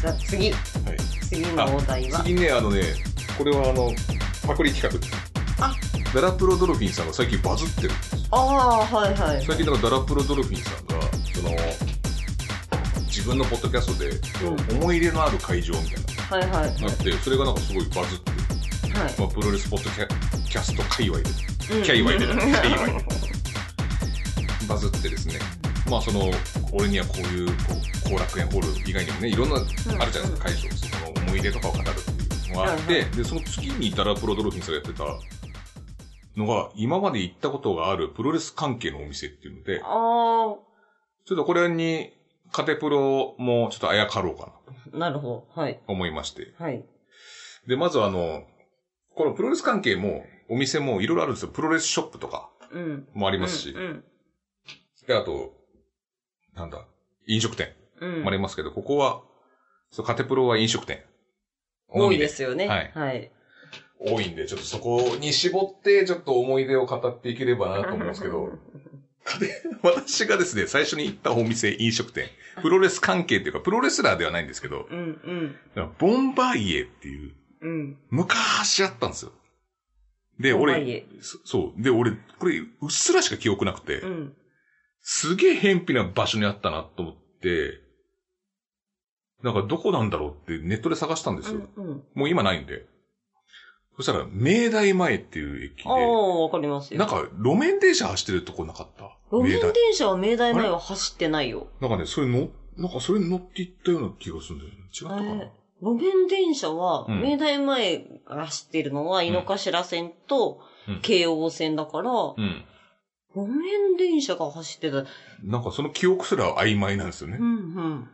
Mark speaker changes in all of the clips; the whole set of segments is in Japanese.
Speaker 1: じゃあ次、
Speaker 2: はい
Speaker 1: 次のお題は、
Speaker 2: 次ね、あのね、これはあの、パクリ企画です。
Speaker 1: あ
Speaker 2: ダラプロドルフィンさんが最近バズってるんです。
Speaker 1: ああー、はいはい。
Speaker 2: 最近だからダラプロドルフィンさんが、その、自分のポッドキャストで、思い入れのある会場みたい
Speaker 1: はいはい。はい。
Speaker 2: な、なって、それがなんかすごいバズってる。まあ、プロレスポッドキャキャスト界隈で、
Speaker 1: うん
Speaker 2: キャイワイ でじゃない、キャイワイで。バズってですね、まあその、俺にはこういう、こう、後楽園ホール以外にもね、いろんな、あるじゃないですか、会場、その思い出とかを語るっていうのがあ
Speaker 1: は
Speaker 2: って、
Speaker 1: いは
Speaker 2: で、その月にダラプロドルフィンスがやってたのが、今まで行ったことがあるプロレス関係のお店っていうので、
Speaker 1: あ
Speaker 2: ちょっとこれに、カテプロもちょっとあやかろうかなと
Speaker 1: あ、なるほど。はい。
Speaker 2: 思いまして。
Speaker 1: はい。
Speaker 2: で、まずあの、このプロレス関係も、お店もいろいろあるんですよ。プロレスショップとか
Speaker 1: うん。
Speaker 2: もあ
Speaker 1: あ
Speaker 2: りますし。
Speaker 1: うん。
Speaker 2: で、あと、なんだ、飲食店
Speaker 1: うん。
Speaker 2: もありますけど、ここは、そう、カテプロは飲食店。
Speaker 1: 多いで。すよね。
Speaker 2: はい
Speaker 1: はい。
Speaker 2: 多いんで、ちょっとそこに絞って、ちょっと思い出を語っていければなと思うんですけど、私がですね、最初に行ったお店、飲食店、プロレス関係っていうか、プロレスラーではないんですけど、
Speaker 1: うんうん。
Speaker 2: ボンバイエっていう、
Speaker 1: うん。
Speaker 2: 昔あったんですよ。で、
Speaker 1: ボンバイ
Speaker 2: 俺
Speaker 1: エ、
Speaker 2: そそう。で、俺、これ、うっすらしか記憶なくて、
Speaker 1: うん。
Speaker 2: すげえ偏僻な場所にあったなと思って、なんかどこなんだろうってネットで探したんです
Speaker 1: う
Speaker 2: よ。
Speaker 1: んうん。
Speaker 2: もう今ないんで。そしたら、明大前っていう駅
Speaker 1: あ
Speaker 2: で、
Speaker 1: あ、わかりますよ。
Speaker 2: なん、か路面電車走ってるとこなかった
Speaker 1: 路
Speaker 2: 明
Speaker 1: 面
Speaker 2: 大。
Speaker 1: 電車は明大前は走ってないよ。
Speaker 2: なんかね、それの、なんかそれに乗っていったような気がするんだよね。違ったかな、
Speaker 1: え路面電車は、
Speaker 2: うん
Speaker 1: 明大前が走ってるのは、井の頭線と
Speaker 2: うん
Speaker 1: 京王線だから、
Speaker 2: うん。
Speaker 1: 路面電車が走ってた。うん
Speaker 2: なんかその記憶すら曖昧なんですよね。
Speaker 1: うん。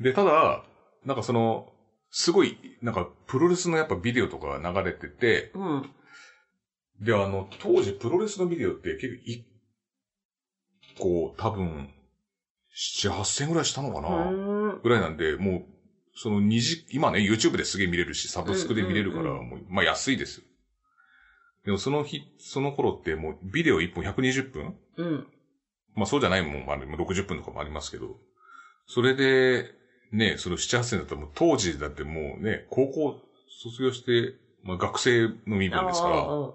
Speaker 2: で、ただ、なんかその、すごい、なんかプロレスのやっぱビデオとかが流れてて、
Speaker 1: うん。
Speaker 2: で、あの、当時プロレスのビデオって結構一個多分、七八千ぐらいしたのか
Speaker 1: う
Speaker 2: な、
Speaker 1: ーん。
Speaker 2: ぐらいなんで、もう、その二時、今ね、YouTube ですげえ見れるし、サブスクで見れるから、
Speaker 1: うんうんう
Speaker 2: もう、まあ安いですよ。でもその日、その頃ってもうビデオ1本120分
Speaker 1: うん。
Speaker 2: まあそうじゃないもんもある、もう60分とかもありますけど、それで、ね、その7、8千だったらもう当時だってもうね、高校卒業して、まあ学生の身分ですから、
Speaker 1: あ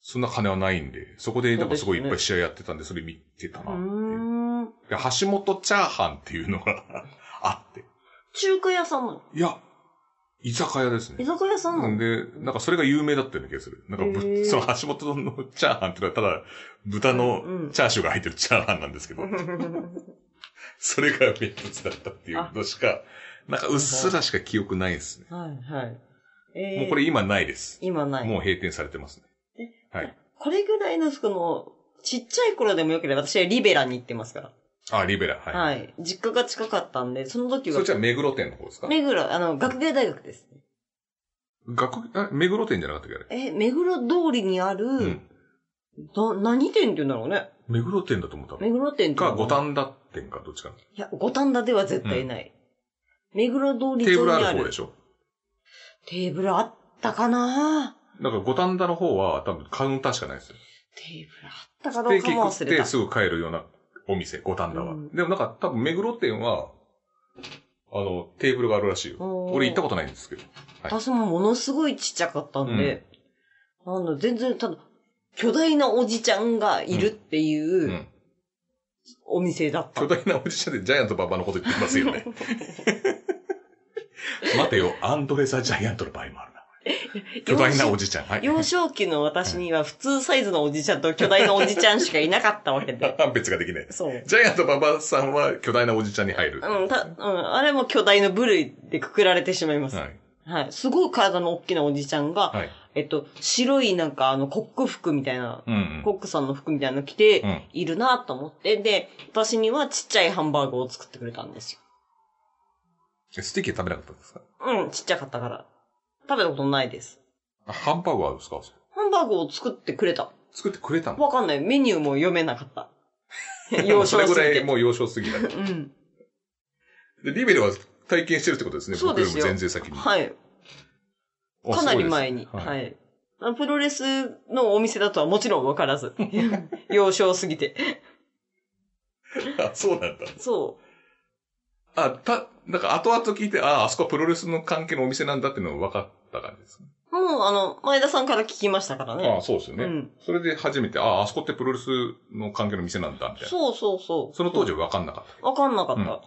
Speaker 2: そんな金はないんで、そこで、なんかすごいいっ
Speaker 1: そう
Speaker 2: ぱい
Speaker 1: です
Speaker 2: 試合やってたんで、それ見てた
Speaker 1: あ
Speaker 2: な
Speaker 1: う
Speaker 2: っていう。
Speaker 1: ーん。
Speaker 2: で、橋本チャーハンっていうのが あって。
Speaker 1: 中華屋さんなの
Speaker 2: いや、居酒屋です
Speaker 1: 居
Speaker 2: ね。
Speaker 1: 酒屋さんな
Speaker 2: な
Speaker 1: の
Speaker 2: んで、なんかそれが有名だったような気がする。なんかぶ、
Speaker 1: へー
Speaker 2: その橋本のチャーハンってのはただ、豚
Speaker 1: うんう
Speaker 2: の
Speaker 1: ん
Speaker 2: チャーシューが入ってるチャーハンなんですけど、それが名物だったっていうのしか、なんかうっすらしか記憶ないですね。
Speaker 1: はいはい。えー、
Speaker 2: もうこれ今ないです。
Speaker 1: 今ない。
Speaker 2: もう閉店されてますね。
Speaker 1: これぐらいの、その、ちっちゃい頃でもよければ、私はリベラに行ってますから。
Speaker 2: あ、リベラ、はい。
Speaker 1: はい。実家が近かったんで、その時
Speaker 2: そ
Speaker 1: は
Speaker 2: っち、は目黒店の方ですか
Speaker 1: 目黒、あの、学芸大学です。
Speaker 2: 学、あ目黒店じゃなかったっけあれ。
Speaker 1: え、目黒通りにある、
Speaker 2: うん。
Speaker 1: な、何店って言うんだろうね。
Speaker 2: 目黒店だと思った
Speaker 1: 目
Speaker 2: の
Speaker 1: 黒店って言
Speaker 2: か、
Speaker 1: うの
Speaker 2: 五
Speaker 1: な
Speaker 2: 反田店か、どっちか。
Speaker 1: いや、五反田では絶対ない。目黒通り
Speaker 2: テ
Speaker 1: 沿い
Speaker 2: ーブ
Speaker 1: に
Speaker 2: ル
Speaker 1: ある。
Speaker 2: ある方でしょ
Speaker 1: テーブルあったかな
Speaker 2: だから五反田の方は多分カウンターしかないですよ。
Speaker 1: テーブルあったか
Speaker 2: ス
Speaker 1: ど
Speaker 2: テ
Speaker 1: う
Speaker 2: ー
Speaker 1: か
Speaker 2: キ
Speaker 1: も忘
Speaker 2: 食っ
Speaker 1: れ
Speaker 2: て
Speaker 1: た。
Speaker 2: すぐ帰るようなお店、五反田は。
Speaker 1: うん
Speaker 2: でもなんか多分目黒店は、あの、テーブルがあるらしいよ。
Speaker 1: おー
Speaker 2: 俺行ったことないんですけど。はい。
Speaker 1: 私もものすごいちっちゃかったんで、あの、全然、ただ、巨大なおじちゃんがいるっていううんお店だった。
Speaker 2: 巨大なおじちゃんでジャイアントババアのこと言ってますよ ね。待てよ、アンドレザ・ジャイアントの場合もあるな。巨大なおじちゃん。はい。
Speaker 1: 幼少期の私には普通サイズのおじちゃんと巨大なおじちゃんしかいなかったわけで。
Speaker 2: 判別ができない。
Speaker 1: そう。
Speaker 2: ジャイアントババアさんは巨大なおじちゃんに入る。
Speaker 1: うん、た、うん、あれも巨大の部類でくくられてしまいます。
Speaker 2: は
Speaker 1: はい。
Speaker 2: い。
Speaker 1: すごい体の大きなおじちゃんが、
Speaker 2: はい。
Speaker 1: えっと、白いなんかあの、コック服みたいな、
Speaker 2: うんうん。
Speaker 1: コックさんの服みたいなの着
Speaker 2: う
Speaker 1: て
Speaker 2: ん。
Speaker 1: いるなと思って、で、私にはちっちゃいハンバーグを作ってくれたんですよ。
Speaker 2: えステーキは食べなかったんですか
Speaker 1: うん、ちっちゃかったから。食べたことないです。
Speaker 2: あハンバーグはあるんですか
Speaker 1: ハンバーグを作ってくれた。
Speaker 2: 作ってくれたの
Speaker 1: わかんない。メニューも読めなか った。
Speaker 2: も
Speaker 1: 幼
Speaker 2: うそ
Speaker 1: 少
Speaker 2: れ
Speaker 1: す
Speaker 2: ぐ
Speaker 1: ぎ
Speaker 2: ら
Speaker 1: て
Speaker 2: い。もう幼少すぎだ。で、
Speaker 1: うん。
Speaker 2: リベルは体験してるってことですね。
Speaker 1: そうですよ
Speaker 2: 僕よりも全然先に。
Speaker 1: はい。
Speaker 2: あ
Speaker 1: かなり前に。
Speaker 2: すごいです
Speaker 1: は
Speaker 2: はい
Speaker 1: い。あプロレスのお店だとはもちろんわから ず。幼少すぎて。
Speaker 2: あそうなんだ。
Speaker 1: そ
Speaker 2: あ、た、なんか後々聞いて、ああ、あそこはプロレスの関係のお店なんだっていうのが分かった感じですね。
Speaker 1: もう、あの、前田さんから聞きましたから
Speaker 2: あ
Speaker 1: ね。
Speaker 2: あ、そうですよね。
Speaker 1: うん
Speaker 2: それで初めて、ああ、あそこってプロレスの関係の店なんだ、みたいな。
Speaker 1: そうそうそう。
Speaker 2: その当時は分かんなかっ
Speaker 1: わかんなかった。
Speaker 2: うん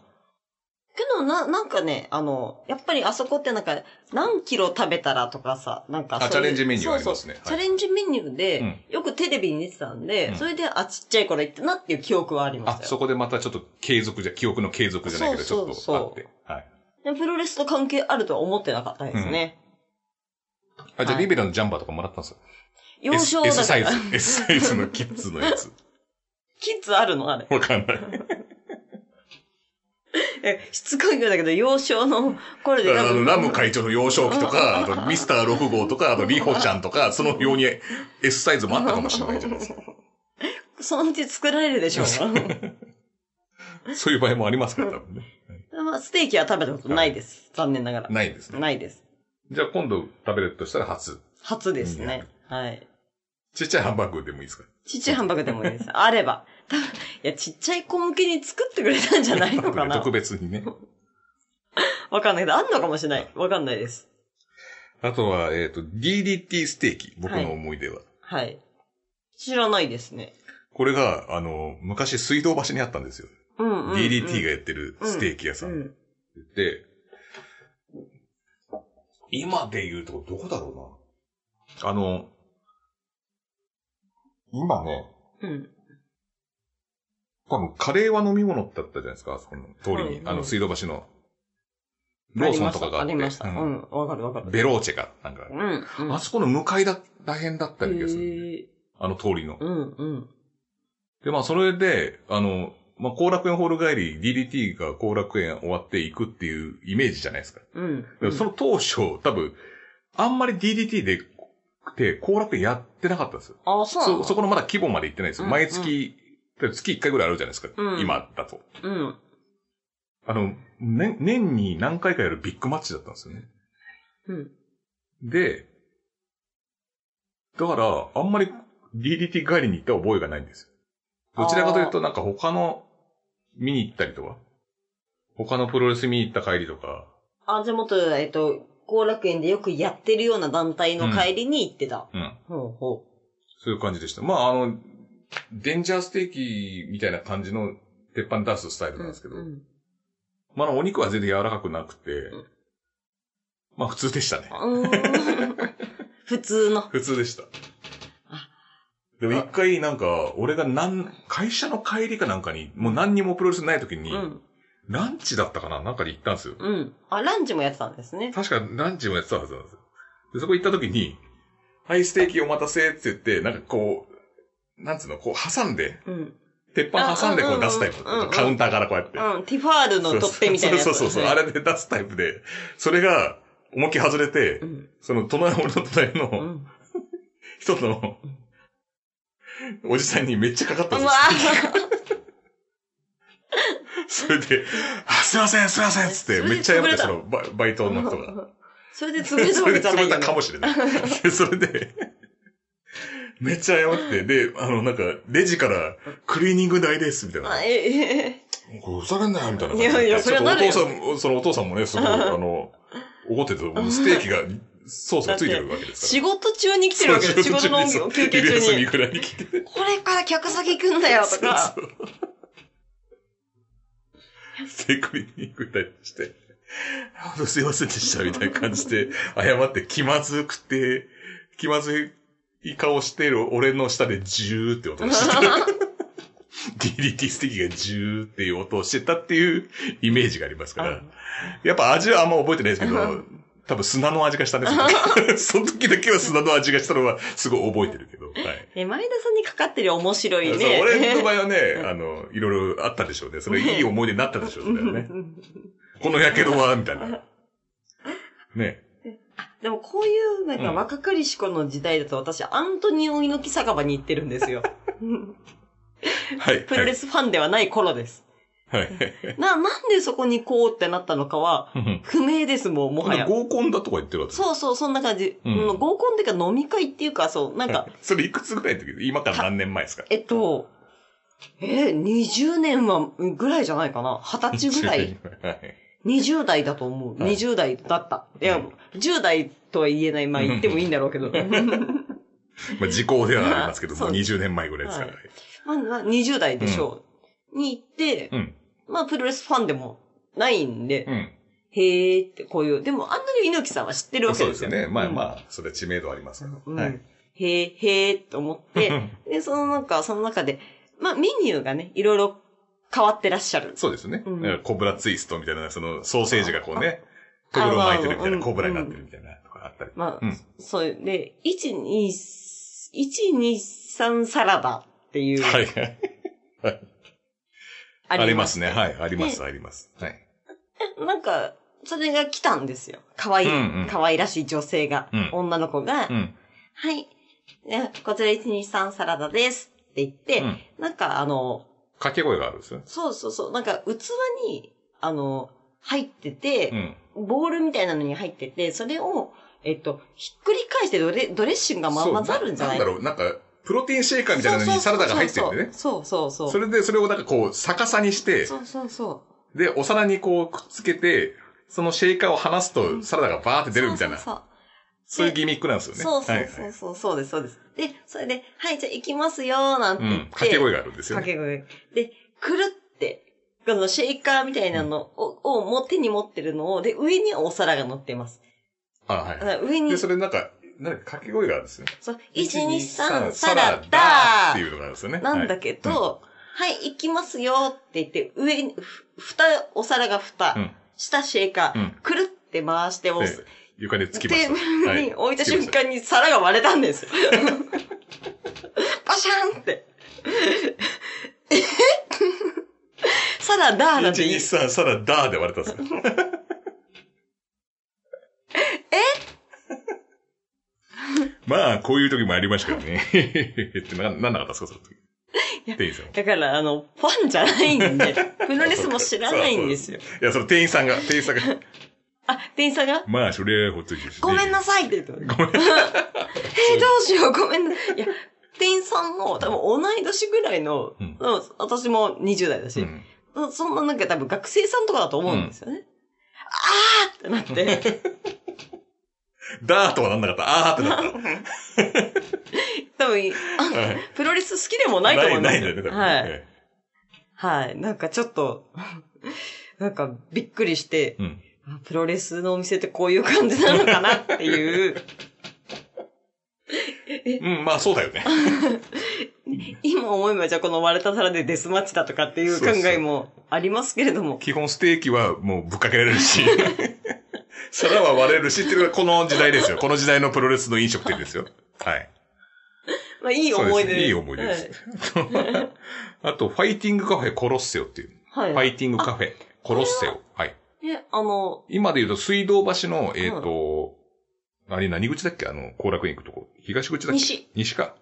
Speaker 1: けど、な、なんかね、あの、やっぱりあそこってなんか、何キロ食べたらとかさ、なんか
Speaker 2: た。あ、チ
Speaker 1: そういう
Speaker 2: ャレンジメニューあり
Speaker 1: そう
Speaker 2: ま
Speaker 1: そう
Speaker 2: すね。
Speaker 1: チャレンジメニューで、
Speaker 2: うん
Speaker 1: よくテレビに出てたんで、
Speaker 2: うん
Speaker 1: それで、あ、ちっちゃい頃行ったなっていう記憶はありま
Speaker 2: あ
Speaker 1: し、た
Speaker 2: そ
Speaker 1: よ。
Speaker 2: こでまたちょっと継続じゃ、記憶の継続じゃないけど、ち
Speaker 1: そ
Speaker 2: ょ
Speaker 1: うそ
Speaker 2: っ
Speaker 1: うそう
Speaker 2: とあって。はい。
Speaker 1: でプロレスと関係あるとは思ってなかったですね。
Speaker 2: あ、じ
Speaker 1: は
Speaker 2: ゃあ
Speaker 1: い
Speaker 2: リベラのジャンバーとかもらったんですか
Speaker 1: 幼少
Speaker 2: S,
Speaker 1: だ
Speaker 2: S サ
Speaker 1: か
Speaker 2: イズ
Speaker 1: ら。。
Speaker 2: S サイズのキッズのやつ。
Speaker 1: キッズあるのあれ。
Speaker 2: わかんない。
Speaker 1: え、しつこいようだけど、幼少の頃で
Speaker 2: あ
Speaker 1: 多
Speaker 2: の、
Speaker 1: 分
Speaker 2: ラム会長の幼少期と か、あと、ミスター6号とか、あと、リホちゃんとか、そのように S サイズもあったかもしれないじゃないですか。
Speaker 1: そのうち作られるでしょう。
Speaker 2: そういう場合もありますから、多分ね。
Speaker 1: まあ、ステーキは食べたことないです。残念ながら。
Speaker 2: ないんですね。
Speaker 1: ないです。
Speaker 2: じゃあ、今度食べれるとしたら初。
Speaker 1: 初ですね。はい。
Speaker 2: ちっちゃいハンバーグでもいいですか
Speaker 1: ちっちゃいハンバーグでもいいです。 あれば。多分いや、ちっちゃい子向けに作ってくれたんじゃないのかな
Speaker 2: 特。別にね。
Speaker 1: わかんないけど、あんのかもしれない。わかんないです。
Speaker 2: あとは、えっ、と、DDT ステーキ。僕の思い出は。
Speaker 1: はい。知らないですね。
Speaker 2: これが、あの、昔水道橋にあったんですよ。
Speaker 1: うんうん、うん。
Speaker 2: DDT が
Speaker 1: が
Speaker 2: やってるステーキ屋さん。
Speaker 1: うん。
Speaker 2: で、今で言うとこどこだろうな。あの、今ね、
Speaker 1: うん。
Speaker 2: 多分カレーは飲み物だったじゃないですか、あそこの通りに。
Speaker 1: うん
Speaker 2: あの、水道橋の、ローソンとかがあって。
Speaker 1: ありました。ありました
Speaker 2: う
Speaker 1: うんん。わかるわかる。
Speaker 2: ベローチェが、なんか、
Speaker 1: うん。うん。
Speaker 2: あそこの向かいだ、らへんだったような気がする。
Speaker 1: へー
Speaker 2: あの通りの。
Speaker 1: うんうん。
Speaker 2: で、まあ、それで、あの、まあ、後楽園ホール帰り、DDT が後楽園終わっていくっていうイメージじゃないですか。
Speaker 1: うん。
Speaker 2: でもその当初、多分、あんまり DDT で、で、後楽園やってなかったんですよ。
Speaker 1: あ、そうな
Speaker 2: そ、
Speaker 1: の
Speaker 2: そこのまだ規模まで行ってないですよ。
Speaker 1: うん
Speaker 2: 毎月、月1回ぐらいあるじゃないですか。
Speaker 1: うん
Speaker 2: 今だと。
Speaker 1: うん。
Speaker 2: あの、年、年に何回かやるビッグマッチだったんですよね。
Speaker 1: うん。
Speaker 2: で、だから、あんまり DDT 帰りに行った覚えがないんですよ。どちらかというと、なんか他の、見に行ったりとか、他のプロレス見に行った帰りとか、
Speaker 1: あ、じゃあもっと、えっと、後楽園でよくやってるような団体の帰りに行ってた。
Speaker 2: うん。
Speaker 1: ほうほ
Speaker 2: そういう感じでした。まあ、あの、デンジャーステーキみたいな感じの鉄板出すスタイル
Speaker 1: う。
Speaker 2: なんですけど、
Speaker 1: うん
Speaker 2: まあ、あのお肉は全然柔らかくなくて、
Speaker 1: ん
Speaker 2: まあ、普通でしたね。
Speaker 1: うーん普通の。
Speaker 2: 普通でした
Speaker 1: あ。
Speaker 2: でも一回なんか、俺がなん、会社の帰りかなんかに、もう何にもプロレスない時
Speaker 1: う
Speaker 2: に、
Speaker 1: ん。
Speaker 2: ランチだったかななんかで行ったんですよ。
Speaker 1: うん。あ、ランチもやってたんですね。
Speaker 2: 確かランチもやってたはずなんですよ。で、そこ行った時に、はい、ステーキお待たせって言って、なんかこう、なんつうの、こう挟んで、
Speaker 1: うん。
Speaker 2: 鉄板挟んでこう出すタイプ
Speaker 1: あうんうんうん。
Speaker 2: カウンターからこうやって。
Speaker 1: うん。ティファールのトッペみたいなやつ。
Speaker 2: そうそうそうそう、あれで出すタイプで、それが、思いっきり外れて
Speaker 1: う、ん。
Speaker 2: その、隣、俺の隣
Speaker 1: う
Speaker 2: の
Speaker 1: ん。
Speaker 2: 人の、おじさんにめっちゃかかっ
Speaker 1: う
Speaker 2: た
Speaker 1: わ
Speaker 2: んですよ。それで、あ、すいません、すいませんっつっ
Speaker 1: それ
Speaker 2: て、
Speaker 1: で
Speaker 2: めっちゃ謝って、
Speaker 1: 潰れた
Speaker 2: その、バイバイトの人が。
Speaker 1: ぁそれで
Speaker 2: そ
Speaker 1: 潰
Speaker 2: れ
Speaker 1: れ
Speaker 2: で
Speaker 1: たわけじゃないよね。
Speaker 2: 潰れたかもしれない。で、それで、めっちゃ謝って、で、あの、なんか、レジから、クリーニング代です、みたいな。
Speaker 1: あええ。
Speaker 2: これふざけんなよ、みたいな感じで。
Speaker 1: いやいやそれはなるよ
Speaker 2: ちょっとお父さん、そのお父さんもね、すごい、あの、怒ってて、もうステーキが、ソースがついてるわけです
Speaker 1: 仕
Speaker 2: か
Speaker 1: 事中に来てる
Speaker 2: ら。
Speaker 1: わけです。仕事の休憩
Speaker 2: 昼
Speaker 1: 中
Speaker 2: 休み
Speaker 1: に。
Speaker 2: ぐらいに来て。
Speaker 1: これから客先行くんだよとか。
Speaker 2: ステーキに行くたりして、本当すいませんでした、みたいな感じで、謝って気まずくて、気まずい顔してる俺の下でジューって音がしてた。DDT ステーキがジューっていう音をしてたっていうイメージがありますから。やっぱ味はあんま覚えてないですけど、多分砂の味がしたんです よ。その時だけは砂の味がしたのはすごい覚えてるけど。はい。
Speaker 1: え、前田さんにかかってる面白い
Speaker 2: そう
Speaker 1: ね。
Speaker 2: 俺の場合 はね、あの、いろいろあったでしょうね。それいい思い出になったでしょうね。このやけどは、みたいな。ね。
Speaker 1: でもこういう、なんか
Speaker 2: うん
Speaker 1: 若かりし子の時代だと私、アントニオ猪木酒場に行ってるんです よ。
Speaker 2: はい。
Speaker 1: プロレスファンではない頃です。
Speaker 2: はい。
Speaker 1: な、なんでそこにこうってなったのかは、
Speaker 2: はい
Speaker 1: 不明です、もう、もはや。
Speaker 2: 合コンだとか言ってるわけ
Speaker 1: そうそう、そんな感じ。
Speaker 2: うん
Speaker 1: うん合コンっていうか飲み会っていうか、そう、なんか、
Speaker 2: それいくつぐらいの時今から何年前ですか
Speaker 1: えっと、え、20年は、ぐらいじゃないかな。20歳ぐらい。
Speaker 2: はい。
Speaker 1: 20代だと思う。
Speaker 2: はい
Speaker 1: 20代だった。いや、10代とは言えない。まあ言ってもいいんだろうけ ど。
Speaker 2: まあ、時効ではあります けど、
Speaker 1: そ
Speaker 2: も
Speaker 1: う
Speaker 2: う20年前ぐらいですから。
Speaker 1: はまあまあ、20代でしょう。に行って、
Speaker 2: うん。
Speaker 1: まあ、プロレスファンでもないんで、
Speaker 2: う
Speaker 1: へーってこういう、でも、あんなに猪木さんは知ってるわ
Speaker 2: ん。
Speaker 1: け
Speaker 2: そう
Speaker 1: で
Speaker 2: ですす
Speaker 1: よ
Speaker 2: よね。まあま
Speaker 1: あ。
Speaker 2: あ、それは知名度ありますから。
Speaker 1: うん
Speaker 2: はい。
Speaker 1: へー、へーって思 って、で、そのなんか、その中で、まあ、メニューがね、いろいろ変わってらっしゃる。
Speaker 2: そうですね
Speaker 1: うん。
Speaker 2: だからコブラツイストみたいな、そのソーセージがこうね、
Speaker 1: あ
Speaker 2: とぐろ巻いてるみたい
Speaker 1: あ
Speaker 2: な、
Speaker 1: の
Speaker 2: コブラになってるみたいなとかあったり。
Speaker 1: まあ、
Speaker 2: うん
Speaker 1: そういう、で、1、2、1、2、3サラダっていう、
Speaker 2: はいはい。
Speaker 1: あ
Speaker 2: あり
Speaker 1: り
Speaker 2: ま
Speaker 1: ます。
Speaker 2: すね。はい。あります、
Speaker 1: で
Speaker 2: あります。はい。
Speaker 1: なんか、それが来たんですよ。可愛い
Speaker 2: うんうん
Speaker 1: 可愛らしい女性が、
Speaker 2: うん
Speaker 1: 女の子が、
Speaker 2: うん。
Speaker 1: はい。ねこちら123サラダですって言って、
Speaker 2: うん
Speaker 1: なんかあの、
Speaker 2: 掛け声があるんですよね。
Speaker 1: そうそうそう、なんか器に、あの、入ってて、
Speaker 2: ん。
Speaker 1: ボールみたいなのに入ってて、それを、えっと、ひっくり返してドレドレッシングがま混ざるんじゃない
Speaker 2: そうなんだろう、なんか、プロテインシェイカーみたいなのにサラダが入ってるんでね。
Speaker 1: そうそうそう。
Speaker 2: それで、それをなんかこう、逆さにして、
Speaker 1: そうそうそう。
Speaker 2: で、お皿にこう、くっつけて、そのシェイカーを離すと、サラダがバーって出るみたいな、
Speaker 1: そう
Speaker 2: そういうギミックなんですよね。
Speaker 1: そうそう
Speaker 2: はい
Speaker 1: そ
Speaker 2: は
Speaker 1: う
Speaker 2: い
Speaker 1: そうそうです、そうです。で、それで、はい、じゃあ行きますよーなんて
Speaker 2: う
Speaker 1: 言
Speaker 2: ん
Speaker 1: って。。
Speaker 2: 掛け声があるんですよ
Speaker 1: 掛
Speaker 2: ね。
Speaker 1: け声。で、くるって、このシェイカーみたいなのを、をもう手に持ってるのを、で、上にはお皿が乗っています。
Speaker 2: あ、はい
Speaker 1: だか
Speaker 2: は
Speaker 1: ら上
Speaker 2: い。
Speaker 1: に、
Speaker 2: で、
Speaker 1: そ
Speaker 2: それなんか、なんか掛け声があるんですよね。
Speaker 1: う、1、2、3、サ
Speaker 2: サ
Speaker 1: ラ
Speaker 2: ラ
Speaker 1: ダ
Speaker 2: ダっていうのがあるんですよ ね。
Speaker 1: なんだ
Speaker 2: っ
Speaker 1: けど、はい、行きますよって言って、上に、ふふた、お皿が蓋、
Speaker 2: うん
Speaker 1: 下シェイカー、
Speaker 2: うん
Speaker 1: くるって回して押す。
Speaker 2: 床につき
Speaker 1: テ
Speaker 2: ま
Speaker 1: ー
Speaker 2: した。
Speaker 1: ブルに
Speaker 2: は
Speaker 1: 置いた
Speaker 2: つきま
Speaker 1: 瞬
Speaker 2: し
Speaker 1: 間に皿が割れたん です。パシャンって。 えサラダーなんて
Speaker 2: 1、
Speaker 1: 言う
Speaker 2: 2、3、サラダで割れたんですよ。 え まあ、こういう時もありましたけどね。 ってな、なんなかったですか、その時。
Speaker 1: や
Speaker 2: 店員さんは。
Speaker 1: だから、あの、ファンじゃないん で、プロレスも知らないんですよ。
Speaker 2: いや、その店員さんが、店員さんが、
Speaker 1: あ、店員さんが、
Speaker 2: まあ、それはほっといて
Speaker 1: ごめんな
Speaker 2: さ
Speaker 1: さいって言ってま
Speaker 2: い。
Speaker 1: す。
Speaker 2: ごめん。
Speaker 1: えー、どうしよう、ごめんなさい。いや、店員さんも多分同い年ぐらいの、
Speaker 2: うん
Speaker 1: うん私も20代だし、
Speaker 2: うん
Speaker 1: うんそんななんか多分学生さんとかだと思うんですよね。あーってな って、
Speaker 2: ダーとはなんなかった。あーってなっ
Speaker 1: 多分、あ
Speaker 2: た。はい
Speaker 1: プロレス好きでもないと思います
Speaker 2: な
Speaker 1: よ。
Speaker 2: いんだよね、多分
Speaker 1: は
Speaker 2: ね
Speaker 1: い。。はい。なんかちょっと、 なんかびっくりして、
Speaker 2: うん。
Speaker 1: あプロレスのお店ってこういう感じなのかなっていう、
Speaker 2: うん、まあ、そうだよね。
Speaker 1: 今思えばじゃあこの割れた皿でデスマッチだとかっていう考えもありますけれども。
Speaker 2: 基本ステーキはもうぶっかけられるし、 皿は割れるしっていうのがこの時代ですよ。この時代のプロレスの飲食店ですよ。はい。
Speaker 1: まあいい思い出
Speaker 2: そうですいい思い出です。あと、ファイティングカフェコロッセオっていう。
Speaker 1: はい。
Speaker 2: フ
Speaker 1: は
Speaker 2: ァ
Speaker 1: い。
Speaker 2: イティングカフェコロッセオ。はい。
Speaker 1: え、あの、
Speaker 2: 今で言うと水道橋の、えっ、と、あれ何口だっけあの、後楽園行くとこ。東口だっけ
Speaker 1: 西。
Speaker 2: 西か。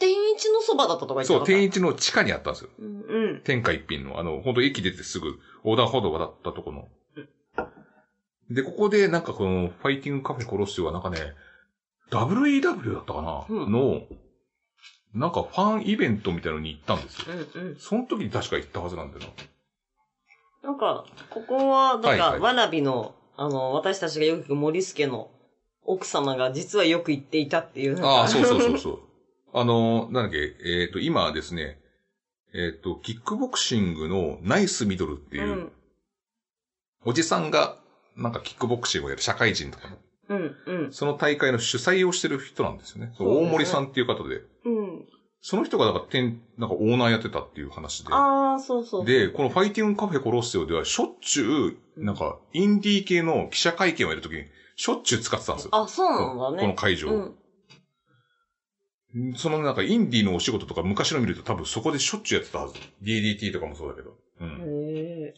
Speaker 1: 天一のそばだったとか言って
Speaker 2: そう、天
Speaker 1: 一。
Speaker 2: 一の地下にあったんですよ。
Speaker 1: うんうん。
Speaker 2: 天下一品の、あの、本当駅出てすぐ、横断歩道渡ったとこの。で、ここで、なんかこの、ファイティングカフェコロッセオはなんかね、WEW だったかな、
Speaker 1: うん
Speaker 2: の、なんかファンイベントみたいのに行ったんですよ。
Speaker 1: うんうん。
Speaker 2: その時に確か行ったはずなんだよ
Speaker 1: なんか、ここは、なんか、
Speaker 2: はいはい
Speaker 1: わらびの、あの、私たちがよく行く森助の奥様が実はよく行っていたっていう。なん
Speaker 2: な。
Speaker 1: か
Speaker 2: あ あ、そうそうそうそう。あの、なんだっけ、えっ、と、今はですね、えっ、と、キックボクシングのナイスミドルっていう、
Speaker 1: うん
Speaker 2: おじさんが、なんかキックボクシングをやる社会人とかの、
Speaker 1: うん、うん、
Speaker 2: その大会の主催をしてる人なんですよね。
Speaker 1: そうです
Speaker 2: 大
Speaker 1: ね
Speaker 2: 森さんっていう方で。
Speaker 1: うん。
Speaker 2: その人がなんか店、なんかオーナーやってたっていう話で。
Speaker 1: ああ、そうそう。
Speaker 2: で、このファイティングカフェコロッセオではしょっちゅう、なんか、インディー系の記者会見をやるときに、しょっちゅう使ってたんですよ。
Speaker 1: あ、そうなんだ
Speaker 2: この
Speaker 1: ね。
Speaker 2: 会場、
Speaker 1: うん。
Speaker 2: そのなんか、インディーのお仕事とか昔の見ると多分そこでしょっちゅうやってたはず。DDT とかもそうだけど。うん。
Speaker 1: へえ。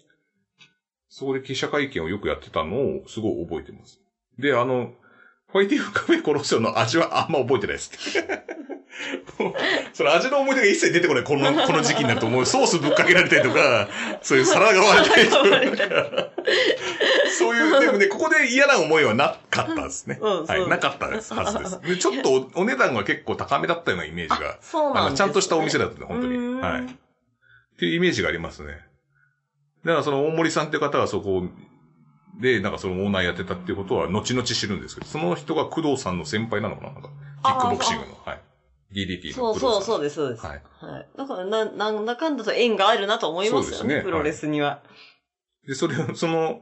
Speaker 2: そこで記者会見をよくやってたのをすごい覚えてます。で、あの、ファイティングカフェコロッセオの味はあんま覚えてないです。 その味の思い出が一切出てこな い、この、この時期になると思う。ソースぶっかけられたりとか、そういう皿が割れたりと か。そういう、でもね、ここで嫌な思いはなかったですね。
Speaker 1: うんうん
Speaker 2: は
Speaker 1: そう
Speaker 2: い、なかったはずです。でちょっとおお値段が結構高めだったようなイメージが。
Speaker 1: そう
Speaker 2: あ
Speaker 1: なん
Speaker 2: の
Speaker 1: ですね
Speaker 2: ちゃんとしたお店だったね、本当に。
Speaker 1: うーん
Speaker 2: はい。っていうイメージがありますね。だからその大森さんって方はそこで、なんかそのオーナーやってたっていうことは後々知るんですけど、その人が工藤さんの先輩なのかななんか、キックボクシングの。はい。DDT
Speaker 1: そ
Speaker 2: の
Speaker 1: う
Speaker 2: 工藤さん。
Speaker 1: そう、そう
Speaker 2: う
Speaker 1: です、そうです。は
Speaker 2: はい。
Speaker 1: い。だから、な、なんだかんだと縁があるなと思いますよ
Speaker 2: そうで
Speaker 1: ね、
Speaker 2: すね
Speaker 1: プロレスには。
Speaker 2: で、それを、その、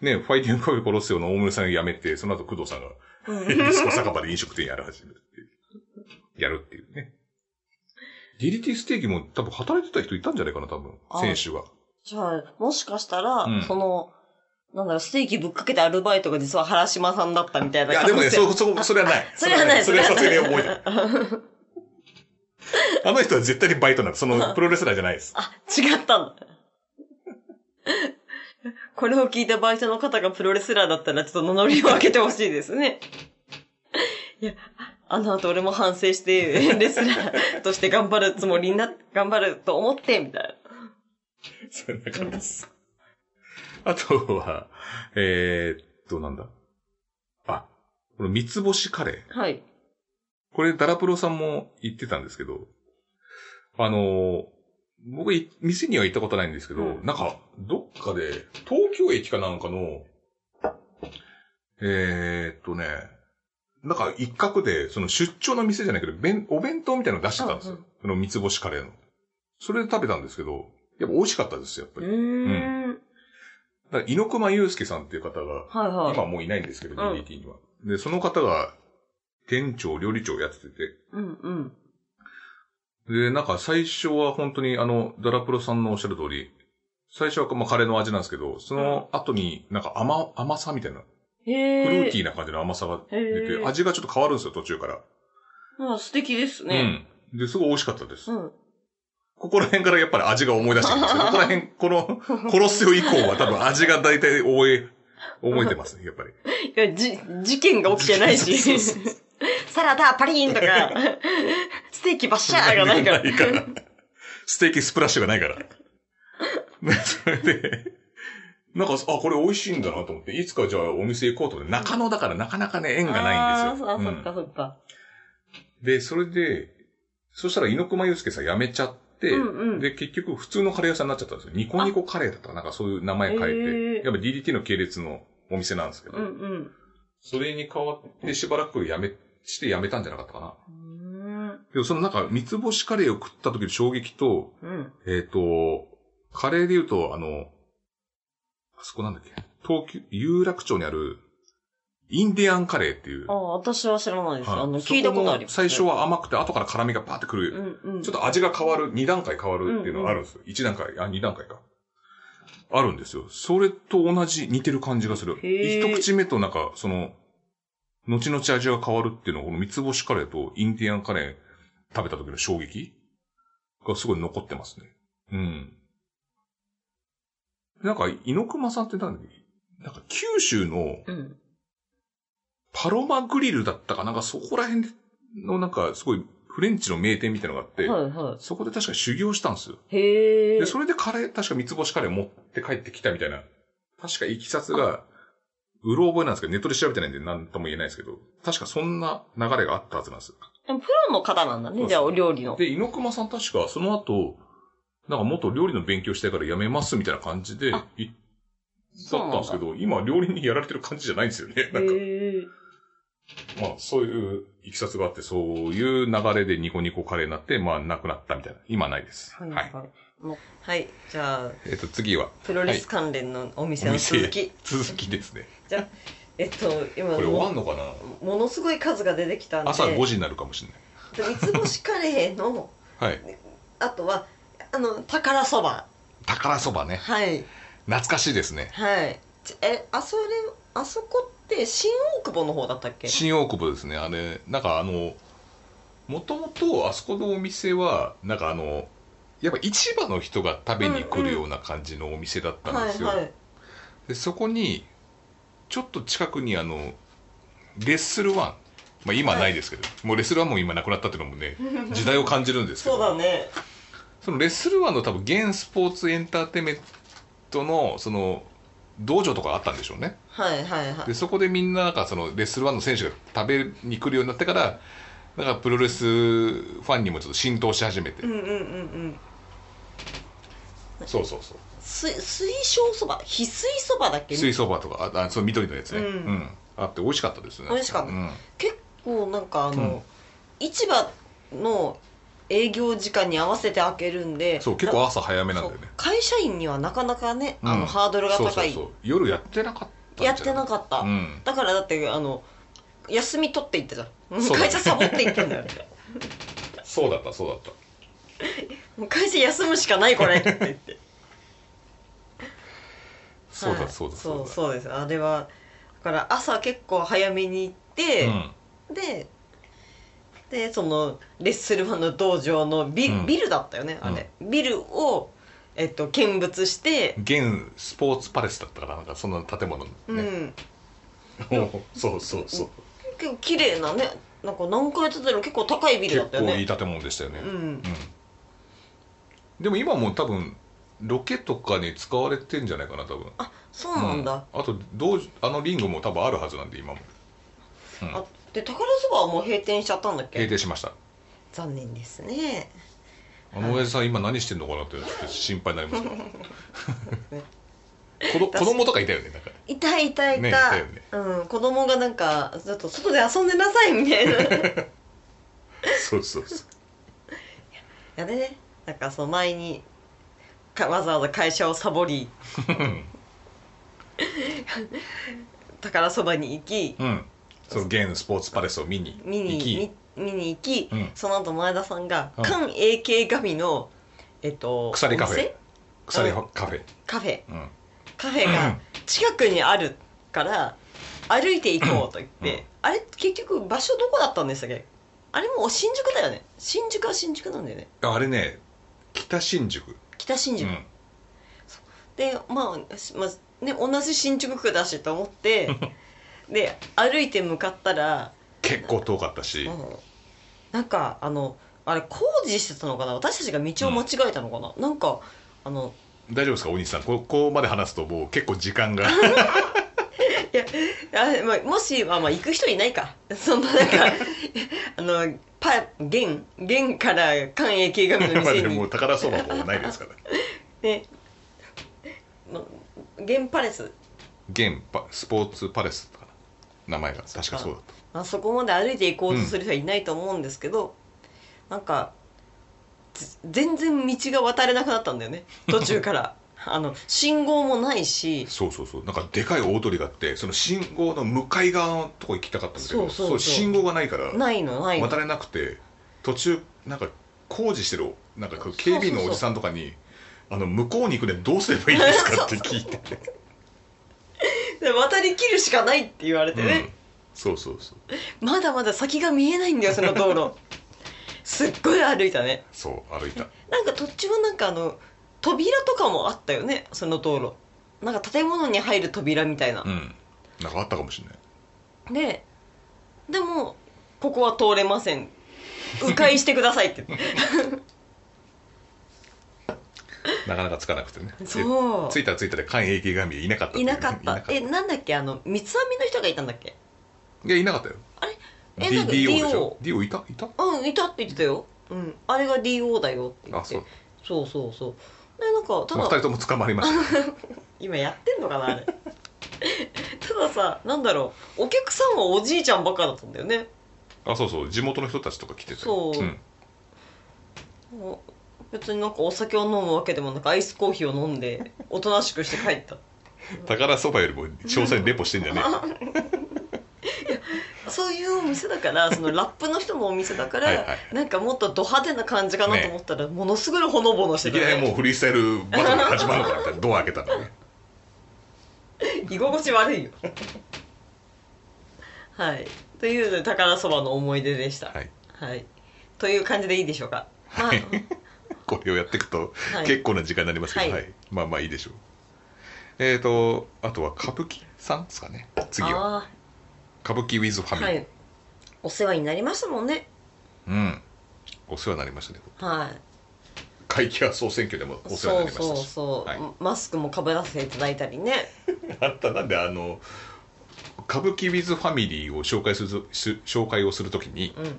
Speaker 2: ね、ファイティングカフェ殺すよの大森さんを辞めて、その後工藤さ んが、
Speaker 1: うん
Speaker 2: ディスコ酒場で飲食店やる始めるっていう。やるっていうね。DDT ステーキも多分働いてた人いたんじゃないかな、多分
Speaker 1: あ。
Speaker 2: 選手が。
Speaker 1: じゃあ、もしかしたら、
Speaker 2: うん
Speaker 1: その、なんだろう、ステーキぶっかけてアルバイトが実は原島さんだったみたい
Speaker 2: い
Speaker 1: な
Speaker 2: や、でもね、
Speaker 1: 可能
Speaker 2: そ、そ、それはない。
Speaker 1: 性 それはない、
Speaker 2: それはさすがに
Speaker 1: それ
Speaker 2: 覚え
Speaker 1: は
Speaker 2: て
Speaker 1: な
Speaker 2: ないい。あの人は絶対にバイトなんだ。その、プロレスラーじゃないです。
Speaker 1: あ、違ったんだ。 これを聞いたバイトの方がプロレスラーだったら、ちょっと名乗りを上げてほしいですね。いや、あの後俺も反省して、 レスラーとして頑張るつもりにな、頑張ると思って、みたいな。
Speaker 2: そんな感じです。あとは、えー、っと、なんだ。あ、この三つ星カレー。
Speaker 1: はい。
Speaker 2: これ、ダラプロさんも言ってたんですけど、あのー僕い、店には行ったことないんですけど、
Speaker 1: うん
Speaker 2: なんか、どっかで、東京駅かなんかの、えー、っとね、なんか一角で、その出張の店じゃないけど、弁お弁当みたいなの出してたんですよ。
Speaker 1: うん
Speaker 2: その三つ星カレーの。それで食べたんですけど、やっぱ美味しかったですよ、やっぱ
Speaker 1: う
Speaker 2: り。
Speaker 1: ーん。
Speaker 2: だから猪熊祐介さんっていう方
Speaker 1: は
Speaker 2: が、
Speaker 1: いはい。
Speaker 2: 今はもういないんですけど、
Speaker 1: うん
Speaker 2: DDT には。で、その方が、店長、料理長をやってて、
Speaker 1: うんうん。
Speaker 2: で、なんか最初は本当にあの、ダラプロさんのおっしゃる通り、最初はまあカレーの味なんですけど、その後になんか甘、甘さみたいな、フ
Speaker 1: へ
Speaker 2: ル
Speaker 1: ー
Speaker 2: ーティーな感じの甘さが出
Speaker 1: へ
Speaker 2: て、
Speaker 1: ー
Speaker 2: 味がちょっと変わるんですよ、途中から。
Speaker 1: まあ素敵ですね。
Speaker 2: うん。で、すごい美味しかったです。
Speaker 1: うん。
Speaker 2: ここら辺からやっぱり味が思い出してきますよ。ここら 辺、この、殺すよ以降は多分味が大体 覚え、覚えてますね、やっぱり。
Speaker 1: いや、じ、事件が起きてないし
Speaker 2: そうそう。
Speaker 1: サラダパリ ーンとか、ステーキバッシャーがないから。
Speaker 2: ないから ステーキスプラッシュがないから。ね それで、なんか、あ、これ美味しいんだなと思って、いつかじゃあお店行こうと思って、中野だからなかなかね、縁がないんです
Speaker 1: あ
Speaker 2: よ。
Speaker 1: ーあ、
Speaker 2: う
Speaker 1: そ
Speaker 2: ん
Speaker 1: っかそっか。
Speaker 2: で、それで、そしたら猪熊祐介さん辞めちゃって、
Speaker 1: うんうん
Speaker 2: で、結局普通のカレー屋さんになっちゃったんですよ。ニコニコカレーだったかななんかそういう名前変えて、
Speaker 1: へー
Speaker 2: やっぱ DDT の系列のお店なんですけど、
Speaker 1: うんうん
Speaker 2: それに変わってしばらく辞め、して辞めたんじゃなかったかな。
Speaker 1: うーん。
Speaker 2: でもそのなんか、三つ星カレーを食った時の衝撃と、
Speaker 1: うん。
Speaker 2: えっ、と、カレーで言うと、あの、あそこなんだっけ、東急、有楽町にある、インディアンカレーっていう。
Speaker 1: ああ、私は知らないです。
Speaker 2: はい
Speaker 1: あの、聞いたことあります、
Speaker 2: そこも最初、は甘くて、後から辛みがパーってくる。
Speaker 1: うんうん。
Speaker 2: ちょっ
Speaker 1: と、
Speaker 2: と味が変わる、二段階変わるっていうのがあるんですよ。一、段階、あ、二段階か。あるんですよ。それと同じ、似てる感じがする。
Speaker 1: へー
Speaker 2: 一口目となんか、その、後々味が変わるっていうのは、この三つ星カレーとインディアンカレー食べた時の衝撃がすごい残ってますね。うん。なんか、猪熊さんって何なんか九州の
Speaker 1: うん。
Speaker 2: パロマグリルだったかなんかそこら辺のなんかすごいフレンチの名店みたいなのがあって、
Speaker 1: はいは
Speaker 2: そこで確か修行したんですよ。
Speaker 1: い。へえ。
Speaker 2: で、それでカレー、確か三つ星カレー持って帰ってきたみたいな。確かいきさつが、うろ覚えなんですけど、ネットで調べてないんで何とも言えないですけど、確かそんな流れがあったはずなんです。
Speaker 1: でもプロの方なんだ
Speaker 2: そうそ
Speaker 1: ね、
Speaker 2: う
Speaker 1: じゃあ、お料理の。
Speaker 2: で、猪熊さん確かその後、なんか元料理の勉強したいからやめますみたいな感じで、いだ
Speaker 1: あ
Speaker 2: ったんですけど、今料理にやられてる感じじゃないんですよね。なんか、
Speaker 1: へえ。
Speaker 2: まあそういういきさつがあって、そういう流れでニコニコカレーになって、まあなくなったみたいな。今はないです。
Speaker 1: は
Speaker 2: はいい。
Speaker 1: はい。もうはい。じゃあ、
Speaker 2: えっ、と、次は、
Speaker 1: プロレス関連のお店
Speaker 2: お
Speaker 1: の
Speaker 2: 店
Speaker 1: 続き。
Speaker 2: 続きですね。
Speaker 1: えっと、今
Speaker 2: これ終わん
Speaker 1: も、
Speaker 2: のかな
Speaker 1: ものすごい数が出てきたんで、
Speaker 2: 朝5時になるかもしれない。
Speaker 1: 三つ星カレーの、
Speaker 2: はい。
Speaker 1: あとは、あの、宝そば。
Speaker 2: 宝そばね。
Speaker 1: はい。
Speaker 2: 懐かしいですね。
Speaker 1: はい。ちえ、あそれ、あそこって新大久保の方だったっけ
Speaker 2: 新大久保ですね。あれ、なんかあの、もともとあそこのお店は、なんかあの、やっぱ市場の人が食べに来るような感じのお店だったんですよ。
Speaker 1: はいはい。
Speaker 2: でそこに、ちょっと近くにあの、レッスルワン。まあ今はないですけど、もうレッスルワンも今なくなったっていうのもね、時代を感じるんですけど。
Speaker 1: そうだね。
Speaker 2: そのレッスルワンの多分現スポーツエンターテイメントのその道場とかあったんでしょうね
Speaker 1: はいはいは
Speaker 2: で
Speaker 1: い。
Speaker 2: そこでみんななんかそのレッスルワンの選手が食べに来るようになってからなんかプロレスファンにもちょっと浸透し始めて、
Speaker 1: うんうんうんうん。
Speaker 2: そうそうそう。
Speaker 1: 水、水晶そば翡翠そばだっけ
Speaker 2: 水そばとか、あ、あそう、緑のやつね。
Speaker 1: う
Speaker 2: うんん。あって美味しかったですね。
Speaker 1: 美味しかった
Speaker 2: うん。
Speaker 1: 結構なんかあ
Speaker 2: うん
Speaker 1: の、市場の営業時間に合わせて開けるんで
Speaker 2: そう、結構朝早めなんだ
Speaker 1: そ
Speaker 2: よ
Speaker 1: う
Speaker 2: ね。
Speaker 1: 会社員にはなかなかね、あ
Speaker 2: うん
Speaker 1: のハードルが
Speaker 2: そうそ
Speaker 1: 高
Speaker 2: う
Speaker 1: い
Speaker 2: そう。夜やってなかったんじゃ
Speaker 1: やってなかった、
Speaker 2: うん。
Speaker 1: だからだってあの休み取っていったじゃん、
Speaker 2: そうだね
Speaker 1: 会社サボっていったんだよね
Speaker 2: そうだった、そうだった。
Speaker 1: も う会社休むしかないこれって言って
Speaker 2: そう
Speaker 1: はい
Speaker 2: だ、そうだ、
Speaker 1: そう
Speaker 2: う
Speaker 1: そうですあれはだから朝結構早めに行って、
Speaker 2: だ。うん。
Speaker 1: ででそのレッスルマンの道場のビ,、
Speaker 2: うん
Speaker 1: ビルだったよねあれ、ビルを、えっと、見物して、
Speaker 2: 現スポーツパレスだったかな、なんかそんな建物ね。
Speaker 1: うん
Speaker 2: そうそうそう。
Speaker 1: 結構綺麗なねなんか何階建ての結構高いビルだ
Speaker 2: 結
Speaker 1: ったよ
Speaker 2: 構いい
Speaker 1: ね
Speaker 2: 建物でしたよね。
Speaker 1: う。ん
Speaker 2: うん、でも今もう多分ロケとかに使われてんじゃないかな多分
Speaker 1: あそうなんだ、
Speaker 2: うんあとどうあのリングも多分あるはずなんで今も、うん
Speaker 1: あで宝そばはもう閉店しちゃったんだっけ
Speaker 2: 閉店しました
Speaker 1: 残念ですね
Speaker 2: あの親父さん今何してんのかなってちょっと心配になりますよ 子ど
Speaker 1: 確か
Speaker 2: 子
Speaker 1: に
Speaker 2: 供とかいたよねなんか
Speaker 1: いたいたいた、
Speaker 2: ねいたよね
Speaker 1: うん、子供がなんかちょっと外で遊んでなさいみ たいない
Speaker 2: そうそうそう
Speaker 1: やでねなんかそう前にかわざわざ会社をサボり宝そばに行き
Speaker 2: うんその現スポーツパレスを見に
Speaker 1: 見に
Speaker 2: 行き
Speaker 1: 見見に行き、
Speaker 2: うん
Speaker 1: その後前田さんが
Speaker 2: うん
Speaker 1: 関 AK 神の、えっと
Speaker 2: 鎖カフ
Speaker 1: お
Speaker 2: ェ
Speaker 1: 店
Speaker 2: 鎖カフェ、
Speaker 1: カフェ
Speaker 2: うん、
Speaker 1: カフェが近くにあるから歩いて行こうと言って、
Speaker 2: うん
Speaker 1: あれ結局場所どこだったんでしたっけあれもう新宿だよね新宿は新宿なんだよね
Speaker 2: あれね北新宿、
Speaker 1: 北新
Speaker 2: う
Speaker 1: 宿、
Speaker 2: ん、
Speaker 1: でまあ、しまあね、同じ新宿区だしと思ってで歩いて向かったら、
Speaker 2: 結構遠かったし、
Speaker 1: うんなんかあのあれ工事してたのかな私たちが道を間違えたのかな、なんかあの
Speaker 2: 大丈夫ですかお兄さんこここまで話すともう結構時 間が
Speaker 1: いやあ、まあ、もし、まあ、まあ行く人いないかそんななん かあのパ現現から関永系神の
Speaker 2: まあ
Speaker 1: 店
Speaker 2: でも
Speaker 1: に、
Speaker 2: 宝そばもないですから
Speaker 1: ね、の現パレス
Speaker 2: 現パスポーツパレスとかな名前が確かそうだっ
Speaker 1: あそこまで歩いて行こうとする人はいないと思うんですけど、なんかぜ全然道が渡れなくなったんだよね途中から あの信号もないした
Speaker 2: そうそうそうなんかでかい大鳥があってその信号の向かい側のとこ行きたかったんだけど
Speaker 1: そうそうそう
Speaker 2: 信号がないから
Speaker 1: ないのないの
Speaker 2: 渡れなくて途中なんか工事してるなんかこう警備のおじさんとかに「あの向こうに行くねどうすればいいですか?」って聞いて、
Speaker 1: で渡りきるしかないって言われて
Speaker 2: う
Speaker 1: ね、
Speaker 2: んそうそうそう
Speaker 1: まだまだ先が見えないんだよその道 路すっごい歩いたね
Speaker 2: そう歩いた
Speaker 1: なんか途中なんかあの扉とかもあったよねその道路なんか建物に入る扉みたいな
Speaker 2: う、んなんかあったかもしれない
Speaker 1: ででもここは通れません迂回してくださ いって
Speaker 2: なかなかつかなくてねで
Speaker 1: そ
Speaker 2: 着いたら着いたで関平家神いなかった
Speaker 1: う
Speaker 2: て
Speaker 1: いう
Speaker 2: ね
Speaker 1: なかっ
Speaker 2: い
Speaker 1: た
Speaker 2: なか
Speaker 1: えなんだっけあの三つ編みの人がいたんだっけ
Speaker 2: いやいなかったよ
Speaker 1: あれえ
Speaker 2: D-
Speaker 1: なんか
Speaker 2: DO でしょ DO いたいた
Speaker 1: うんいたって言ってたよ、うん、あれが DO だよって言
Speaker 2: あ
Speaker 1: って
Speaker 2: そ
Speaker 1: そう
Speaker 2: う、
Speaker 1: そうそうでなんかた
Speaker 2: まあ、
Speaker 1: だ
Speaker 2: 2人とも捕まりましたね
Speaker 1: 今やってんのかなあれたださなんだろうお客さんはおじいちゃんばっかだったんだよね
Speaker 2: あそうそう地元の人たちとか来てて
Speaker 1: そうもう別になんかお酒を飲むわけでもなくアイスコーヒーを飲んでおとなしくして帰った
Speaker 2: 宝そばよりも詳細にレポしてんじゃねえよ
Speaker 1: そういうお店だからそのラップの人のお店だから
Speaker 2: はいはいは
Speaker 1: なんかもっとド派手な感じかなと思ったら、ものすごいほのぼのして
Speaker 2: いきなりもうフリースタイルバトルが始まるのかなってドア開けたらね
Speaker 1: 居心地悪いよはいという宝そばの思い出でした
Speaker 2: はい、
Speaker 1: はい、という感じでいいでしょうか、まあ
Speaker 2: はいこれをやっていくと
Speaker 1: はい
Speaker 2: 結構な時間になりますけど、
Speaker 1: はい
Speaker 2: はいまあまあいいでしょうえーとあとは歌舞伎さんですかね次は
Speaker 1: あ
Speaker 2: 歌舞伎 with ファミ
Speaker 1: ー
Speaker 2: リー、
Speaker 1: はいお世話になりましたもんね
Speaker 2: うんお世話になりましたね
Speaker 1: はい
Speaker 2: 会期は総選挙でもお世
Speaker 1: そう
Speaker 2: 話になりました
Speaker 1: そう
Speaker 2: し
Speaker 1: そう、
Speaker 2: はい
Speaker 1: マスクもかぶらせていただいたりね
Speaker 2: あんたなんであの歌舞伎 with ファミリーを紹介するす紹介をするときに
Speaker 1: う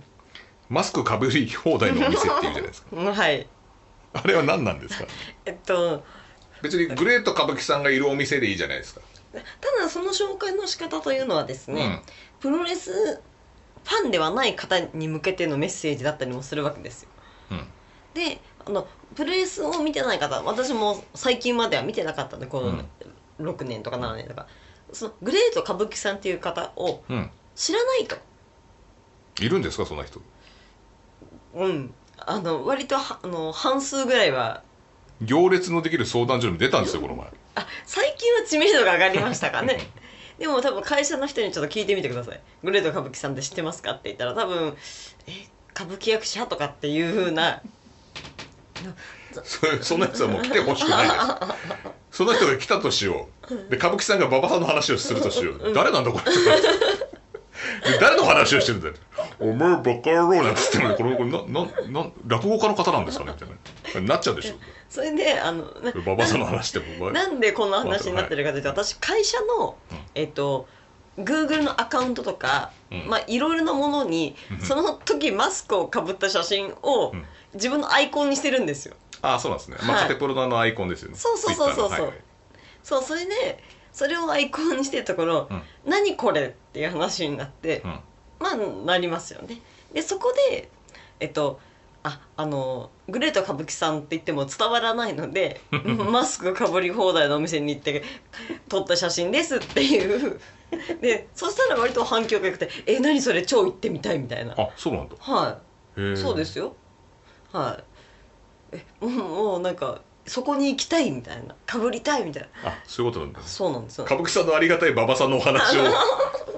Speaker 2: マスクかぶり放題のお店っていうじゃないですか
Speaker 1: ん、うん、はい
Speaker 2: あれは何なんですか
Speaker 1: えっと、
Speaker 2: 別にグレート歌舞伎さんがいるお店でいいじゃないですか。
Speaker 1: ただその紹介の仕方というのはです
Speaker 2: うん。
Speaker 1: ね、プロレスファンではない方に向けてのメッセージだったりもするわけですよ。
Speaker 2: うん。
Speaker 1: であのプロレスを見てない方私も最近までは見てなかったんでこ
Speaker 2: う
Speaker 1: の
Speaker 2: ん
Speaker 1: 6年とか7年とか、そのグレート歌舞伎さんっていう方を
Speaker 2: うん。
Speaker 1: 知らないと、
Speaker 2: いるんですかそんな人。
Speaker 1: うん、あの割とはあの半数ぐらいは
Speaker 2: 行列のできる相談所に出たんですよ、この前。
Speaker 1: あ最近は知名度が上がりましたか ねでも多分会社の人にちょっと聞いてみてください「グレート歌舞伎さんって知ってますか?」って言ったら多分「え歌舞伎役者?」とかっていうふう な
Speaker 2: そそんなやつはもう来てほしくないです。その人が来たとしよう。で、歌舞伎さんが馬場さんの話をするとしよう。誰なんだこれ。で誰の話をしてるんだよ。お前バカ野郎なんつってんのにこれ、これ、な、な、な、落語家の方なんですかねみたいな。なっちゃうでしょ。
Speaker 1: それであのな
Speaker 2: 馬場さんの話でも、お前
Speaker 1: なんでこんな話になってるかというと、
Speaker 2: はい
Speaker 1: 私会社の
Speaker 2: うん、
Speaker 1: えっと Google のアカウントとか、
Speaker 2: うん
Speaker 1: まあいろいろなものに
Speaker 2: うん
Speaker 1: その時マスクをかぶった写真を
Speaker 2: うん
Speaker 1: 自分のアイコンにしてるんですよ。
Speaker 2: ああ、そうなんですね。まあ、
Speaker 1: はい
Speaker 2: カテプロのあのアイコンですよね。
Speaker 1: そうそうそうそう
Speaker 2: Twitter のはいはい
Speaker 1: そうそれでそれをアイコンにしてるところ、
Speaker 2: うん
Speaker 1: 何これっていう話になって、
Speaker 2: うん
Speaker 1: まあなりますよね。でそこでえっとああのグレート歌舞伎さんって言っても伝わらないの でマスクかぶり放題のお店に行って撮った写真ですっていうでそしたら割と反響が良くて「え何それ超行ってみたい」みたいな
Speaker 2: あ、そうなんだ。
Speaker 1: は
Speaker 2: へ
Speaker 1: い
Speaker 2: ー
Speaker 1: そうですよはいえもうもうなんかそこに行きたいみたいなかぶりたいみたいな
Speaker 2: あ、そういうことなんだ。
Speaker 1: そうなんですよ
Speaker 2: 歌舞伎さんのありがたい馬場さんのお話を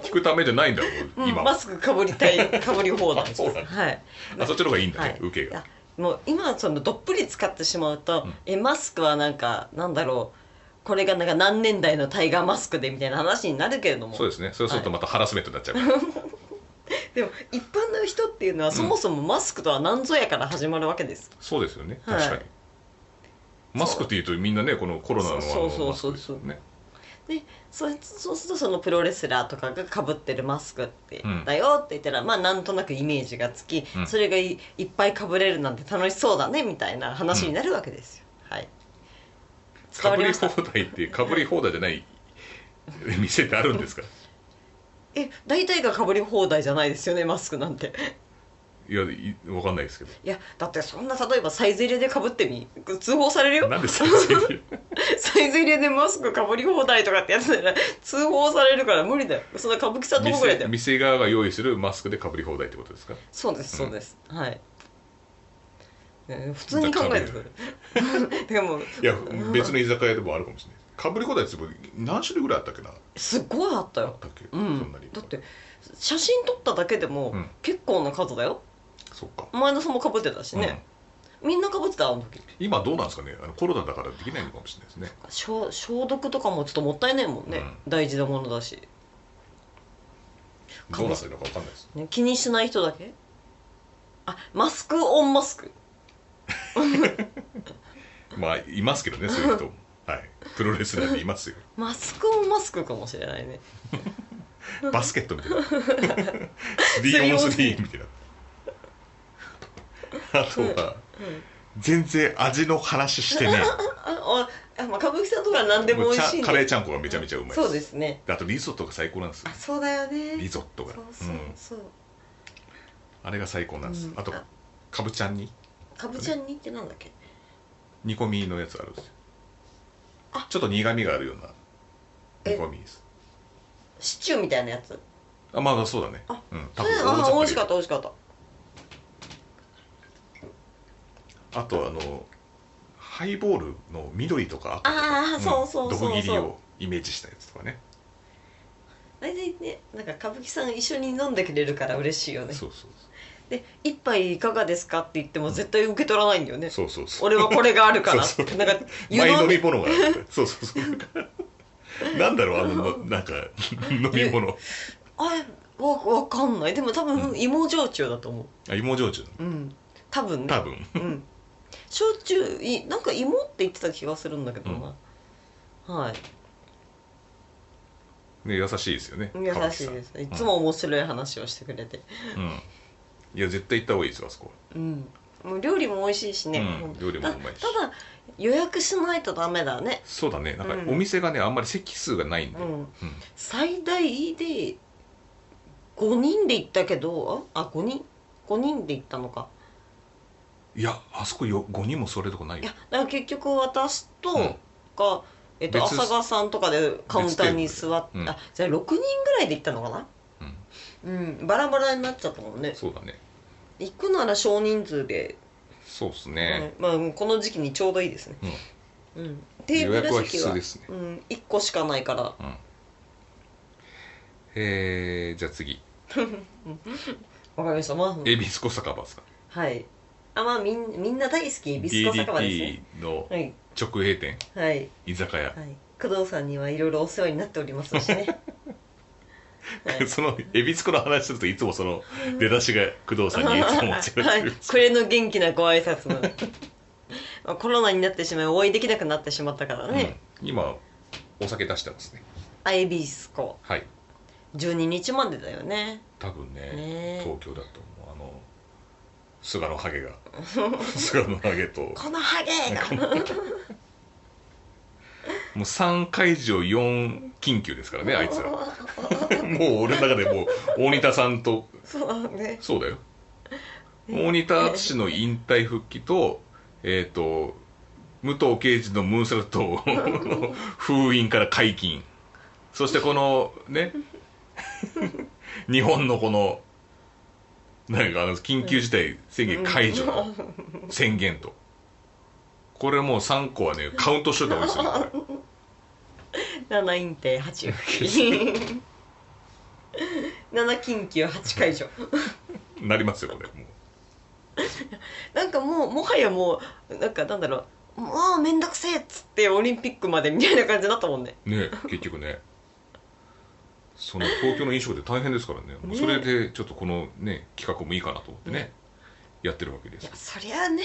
Speaker 2: 聞くためじゃないんだろ
Speaker 1: う
Speaker 2: う、
Speaker 1: ん
Speaker 2: 今
Speaker 1: マ
Speaker 2: は。
Speaker 1: スクかぶりた いかぶり放題
Speaker 2: あそうなんだ
Speaker 1: はい
Speaker 2: あ、そっちの方がいいんだ
Speaker 1: はい
Speaker 2: ね、受けが。
Speaker 1: あもう今そのどっぷり使ってしまうと、
Speaker 2: うん
Speaker 1: えマスクはなんかなんだろうこれがなんか何年代のタイガーマスクでみたいな話になるけれども
Speaker 2: そうですね。そうするとまたハラスメントになっちゃうから。
Speaker 1: でも一般の人っていうのはそもそもマスクとは何ぞやから始まるわけです、
Speaker 2: そうですよね。
Speaker 1: はい
Speaker 2: 確かに。マスクっていうとみんなね、このコロナのあ
Speaker 1: そうそ
Speaker 2: の
Speaker 1: う
Speaker 2: マスクですよね。
Speaker 1: でそそうするとそのプロレスラーとかがかぶってるマスクってだよって言ったら、まあなんとなくイメージがつき、
Speaker 2: うん
Speaker 1: それがいいっぱいかぶれるなんて楽しそうだねみたいな話になるわけですよ、はい伝
Speaker 2: か
Speaker 1: わ
Speaker 2: ぶ
Speaker 1: りま
Speaker 2: り
Speaker 1: した
Speaker 2: 放題って、かぶり放題じ ゃない店ってあるんですか
Speaker 1: え大体がかぶり放題じゃないですよねマスクなんて
Speaker 2: いや、いわかんないですけど。
Speaker 1: いやだってそんな例えばサイゼリヤでかぶってみ通報されるよ
Speaker 2: なんで最初に。
Speaker 1: サイゼリヤでマスクかぶり放題とかってやつなら 通報されるから無理だよそんな歌舞伎さんとこぐらいだ
Speaker 2: 店
Speaker 1: よ
Speaker 2: 店側が用意するマスクでかぶり放題ってことですか
Speaker 1: そうですそうです、はいね普通
Speaker 2: だ
Speaker 1: に
Speaker 2: か
Speaker 1: 考
Speaker 2: ら
Speaker 1: えてくれ でも
Speaker 2: いや別の居酒屋でもあるかもしれないかぶり放題って僕何種類ぐらいあったっけなあっ
Speaker 1: すっごいあったよ
Speaker 2: たっけ、
Speaker 1: う
Speaker 2: そ
Speaker 1: ん
Speaker 2: なに
Speaker 1: だって写真撮っただけでも
Speaker 2: うん
Speaker 1: 結構な数だよ
Speaker 2: そっか、
Speaker 1: 前田さんもかぶってたしね、みんなかぶってたあの時
Speaker 2: うん今どうなんですかねあのコロナだからできないのかもしれないですね
Speaker 1: 消消毒とかもちょっともったいないもんね、
Speaker 2: うん
Speaker 1: 大事なものだし、
Speaker 2: どうなってるのかわかんないです
Speaker 1: ね、気にしない人だけあマスクオンマスク
Speaker 2: まあいますけどねそういう人もはいプロレスラーでいますよ
Speaker 1: マスクオンマスクかもしれないね
Speaker 2: バスケットみたいな3 on 3みたいなあとは、
Speaker 1: うん
Speaker 2: 全然味の話してね
Speaker 1: あああ、まあ、歌舞伎さんとか何でも美味しい
Speaker 2: ち
Speaker 1: ん
Speaker 2: ゃカレーちゃんこがめちゃめちゃうまいです
Speaker 1: そうですね
Speaker 2: あとリゾットが最高なんですよ
Speaker 1: あそうだよね
Speaker 2: リゾットが
Speaker 1: そうそう
Speaker 2: うん
Speaker 1: そう、
Speaker 2: あれが最高なんです、
Speaker 1: うん
Speaker 2: あと
Speaker 1: あ
Speaker 2: かぶちゃんに
Speaker 1: かぶちゃんにってなんだっけ
Speaker 2: 煮込みのやつあるんですよ
Speaker 1: あ
Speaker 2: ちょっと苦味があるような
Speaker 1: え
Speaker 2: 煮込みです
Speaker 1: シチューみたいなやつ
Speaker 2: あまあそうだね
Speaker 1: あ
Speaker 2: うん
Speaker 1: そ
Speaker 2: 多
Speaker 1: れ
Speaker 2: 分
Speaker 1: あ美味しかったた美味しかった
Speaker 2: あとあのハイボールの緑とか赤とか
Speaker 1: あーそうそうそうそう
Speaker 2: 毒切りをイメージしたやつとかね
Speaker 1: 大体ねなんか歌舞伎さん一緒に飲んでくれるから嬉しいよね
Speaker 2: そうそう
Speaker 1: で「一杯いかがですか?」って言っても絶対受け取らないんだよね
Speaker 2: そうそうそう
Speaker 1: 俺はこれがあるから
Speaker 2: そうそう
Speaker 1: なんか湯
Speaker 2: 前
Speaker 1: 飲
Speaker 2: 飲み
Speaker 1: み
Speaker 2: 物があるそうそうそうなんだろ うあののなんか 飲み物
Speaker 1: あわわかんないでも多
Speaker 2: う
Speaker 1: 分
Speaker 2: ん
Speaker 1: 芋焼酎だと思
Speaker 2: あ芋焼酎
Speaker 1: ううん多分ね
Speaker 2: 多分
Speaker 1: うん焼酎いなんか芋って言ってた気がするんだけどな、はい
Speaker 2: ね優しいですよね
Speaker 1: 優
Speaker 2: 川
Speaker 1: し
Speaker 2: 口
Speaker 1: い
Speaker 2: さん
Speaker 1: ですいつも面白い話をしてくれて
Speaker 2: うんいや絶対行った方がいいですよあそこ
Speaker 1: うんもう料理も美味しいしね。
Speaker 2: うん、料理も
Speaker 1: た
Speaker 2: う
Speaker 1: た
Speaker 2: まいし。
Speaker 1: だ、予約しないとダメだね。
Speaker 2: そうだね。なんか
Speaker 1: うん
Speaker 2: お店がね、あんまり席数がないんで。
Speaker 1: う
Speaker 2: うん
Speaker 1: ん。最大で、5人で行ったけど、あ、5人 ?5 人で行ったのか。
Speaker 2: いや、あそこよ5人も座れるとこない
Speaker 1: い
Speaker 2: よ
Speaker 1: や。、だから結局私と、
Speaker 2: うん
Speaker 1: か、えっと、
Speaker 2: 別
Speaker 1: 浅川さんとかでカウンターに
Speaker 2: 別テー
Speaker 1: 座って、
Speaker 2: ブルでう
Speaker 1: あ、
Speaker 2: ん
Speaker 1: じゃあ6人ぐらいで行ったのかな
Speaker 2: うん。
Speaker 1: うん、バラバラになっちゃったもんね。
Speaker 2: そうだね。
Speaker 1: 行くなら少人数で、
Speaker 2: そうっすね。
Speaker 1: うんまあもうこの時期にちょうどいいですね。
Speaker 2: うん。
Speaker 1: うん、テー
Speaker 2: 予
Speaker 1: ブル
Speaker 2: 約は
Speaker 1: 席
Speaker 2: 必須
Speaker 1: は
Speaker 2: で、すね。
Speaker 1: うん、1個しかないから、
Speaker 2: うん。えー、じゃあ次。
Speaker 1: わかりました。まあ、
Speaker 2: エビスコ酒場さん。
Speaker 1: はい。あ、まあみんみんな大好き、ビスコ酒場ですね。
Speaker 2: DDT の
Speaker 1: はい。
Speaker 2: 直営店、
Speaker 1: はい。
Speaker 2: 居酒屋。
Speaker 1: はい。工藤さんにはいろいろお世話になっておりますしね。 はい
Speaker 2: その、エビスコの話するといつもその、出だしが工藤さんにいつも間違えて
Speaker 1: はい
Speaker 2: る。、
Speaker 1: これの元気なご挨拶のまあコロナになってしまいお会いできなくなってしまったからね、
Speaker 2: うん今、お酒出してますね。
Speaker 1: アイビスコ
Speaker 2: はい。
Speaker 1: 12日までだよね
Speaker 2: 多分ね
Speaker 1: ねえ
Speaker 2: 東京だと思うあの菅のハゲが 菅のハゲとも
Speaker 1: このハゲが
Speaker 2: う3会場4緊急ですからねあいつ らもう俺の中でもう大仁田さんと
Speaker 1: そうね
Speaker 2: そうだよ大仁田氏の引退復帰とえっ、と武藤敬司のムーンサルトを封印から解禁そしてこのね日本のこのなんかあの緊急事態宣言解除の宣言とこれもう3個はねカウントしといた方がいいですよねこれ
Speaker 1: 7て8 7緊急8解除
Speaker 2: なりますよこれもう
Speaker 1: なんかもうもはやもうなんかなんだろうもうめんどくせえっつってオリンピックまでみたいな感じだったもんね
Speaker 2: ね結局ねその東京の飲食で大変ですからねもうそれでちょっとこのね企画もいいかなと思ってね
Speaker 1: ね
Speaker 2: やってるわけで
Speaker 1: い
Speaker 2: す
Speaker 1: やそりゃね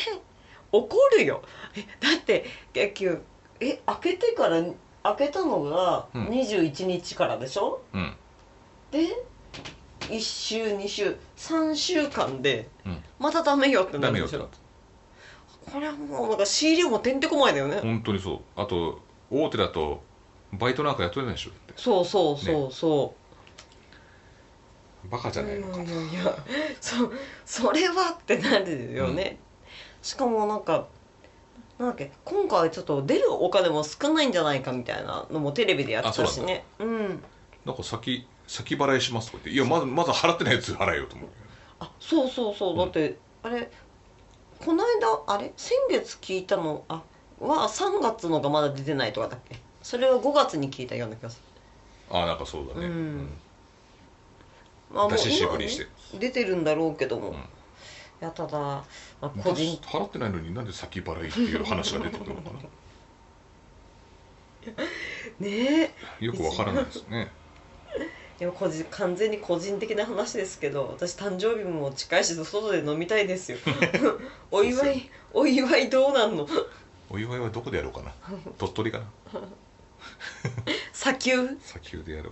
Speaker 1: 怒るよえだって結局え開けてから開けたのが
Speaker 2: うん
Speaker 1: 21日からでしょ、
Speaker 2: うん
Speaker 1: で1週2週3週間で
Speaker 2: うん
Speaker 1: またダメよってな
Speaker 2: ダ
Speaker 1: る
Speaker 2: メよ
Speaker 1: でし
Speaker 2: っ
Speaker 1: てょこれはもうなんか仕入れもてんてこまいだよね、
Speaker 2: 本当にそうあと大手だとバイトなんか雇えないでしょだって
Speaker 1: そうそうそうそう、
Speaker 2: バカじゃないのか
Speaker 1: いやいやいやそそれはってなるよね、しかもなんかなんだっけ今回ちょっと出るお金も少ないんじゃないかみたいなのもテレビでやってたしねうん
Speaker 2: なんか先先払いしますとか言っていやまだまだ払ってないやつ払えよと思う
Speaker 1: あそうそうそう、
Speaker 2: うん
Speaker 1: だってあれこの間あれ先月聞いたのあは3月のがまだ出てないとかだっけそれは5月に聞いたような気がす
Speaker 2: ああなんかそうだね、
Speaker 1: うん
Speaker 2: うん
Speaker 1: る、まあ、も
Speaker 2: 出
Speaker 1: う
Speaker 2: し
Speaker 1: 今
Speaker 2: 渋
Speaker 1: は
Speaker 2: り
Speaker 1: ね
Speaker 2: して、
Speaker 1: 出てるんだろうけども、
Speaker 2: うん
Speaker 1: いやただ、まあ、個人
Speaker 2: 払ってないのになんで先払いっていう話が出てくるのかな
Speaker 1: ねえ
Speaker 2: よくわからないですね
Speaker 1: でも個人完全に個人的な話ですけど私誕生日も近いし外で飲みたいです よお祝いお祝いどうなんの
Speaker 2: お祝いはどこでやろうかな鳥取かな
Speaker 1: 砂丘
Speaker 2: 砂丘でやろ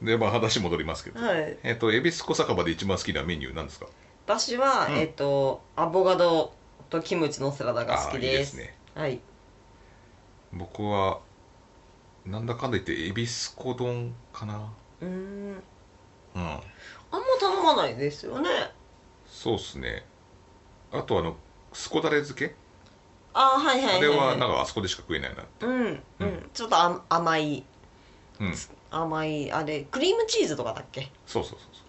Speaker 2: うでまあ話戻りますけど、
Speaker 1: はい
Speaker 2: えっ、と恵比寿小酒場で一番好きなメニューなんですか
Speaker 1: 私は、
Speaker 2: うん
Speaker 1: えっ、とアボカドとキムチのサラダが好き
Speaker 2: あーいい
Speaker 1: で
Speaker 2: ですすね
Speaker 1: はい
Speaker 2: 僕はなんだかんだ言って恵比寿小丼かな
Speaker 1: うーん
Speaker 2: うん
Speaker 1: あんま頼まないですよね
Speaker 2: そうっすねあとあのすこだれ漬け
Speaker 1: あーはいはい
Speaker 2: あ
Speaker 1: はい、
Speaker 2: れはなん
Speaker 1: か
Speaker 2: かあそこでしか食えないな
Speaker 1: うん、うん
Speaker 2: うん
Speaker 1: ちょっとあ甘い
Speaker 2: うん
Speaker 1: 甘いあれクリームチーズとかだっけ
Speaker 2: そうそうそうそ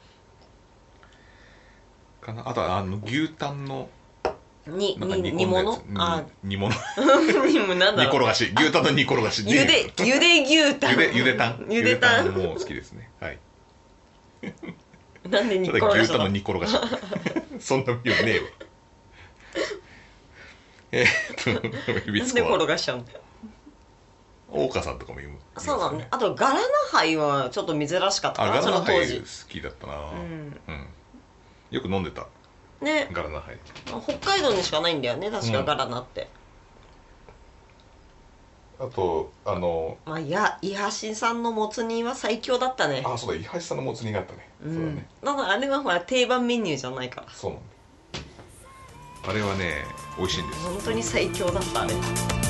Speaker 2: うかなあとはあの牛タンの
Speaker 1: に
Speaker 2: なんか
Speaker 1: に
Speaker 2: 煮
Speaker 1: 煮
Speaker 2: 込んだや
Speaker 1: 物
Speaker 2: つ
Speaker 1: あ
Speaker 2: うん煮物
Speaker 1: ー にもなん
Speaker 2: 煮
Speaker 1: だろ
Speaker 2: 転
Speaker 1: う
Speaker 2: がし牛タンの煮 転がし
Speaker 1: ゆ でゆで牛タン
Speaker 2: ゆでゆで たん
Speaker 1: ゆでたん
Speaker 2: もう好きですねはい
Speaker 1: なんで煮
Speaker 2: た
Speaker 1: っこ
Speaker 2: だ
Speaker 1: ろが
Speaker 2: 牛
Speaker 1: し
Speaker 2: タンの
Speaker 1: た
Speaker 2: 煮転 がしそんなビューねえ わえーっと恵比
Speaker 1: なん
Speaker 2: 寿
Speaker 1: で
Speaker 2: 子
Speaker 1: 転
Speaker 2: は
Speaker 1: がしちゃうの
Speaker 2: 大岡さんとかも言う
Speaker 1: そうだねあとガラナハイはちょっと珍しかった
Speaker 2: あ
Speaker 1: か
Speaker 2: ガ
Speaker 1: な
Speaker 2: ラ
Speaker 1: そ
Speaker 2: ナ
Speaker 1: の
Speaker 2: ハ
Speaker 1: 当
Speaker 2: イ
Speaker 1: 時
Speaker 2: 好きだったな
Speaker 1: うん
Speaker 2: うんよく飲んでた
Speaker 1: ね
Speaker 2: ガラナハイ
Speaker 1: 北海道にしかないんだよね確
Speaker 2: う
Speaker 1: か
Speaker 2: ん
Speaker 1: ガラナって、
Speaker 2: あとあの
Speaker 1: まあいや伊橋さんのもつ煮は最強だったね
Speaker 2: あそうだ伊橋さんのもつ煮があったね
Speaker 1: う
Speaker 2: そうだ
Speaker 1: ん
Speaker 2: ね
Speaker 1: ただあれはほら定番メニューじゃないから
Speaker 2: そうなんだあれはね、美味しいんです。
Speaker 1: 本当に最強だったあれ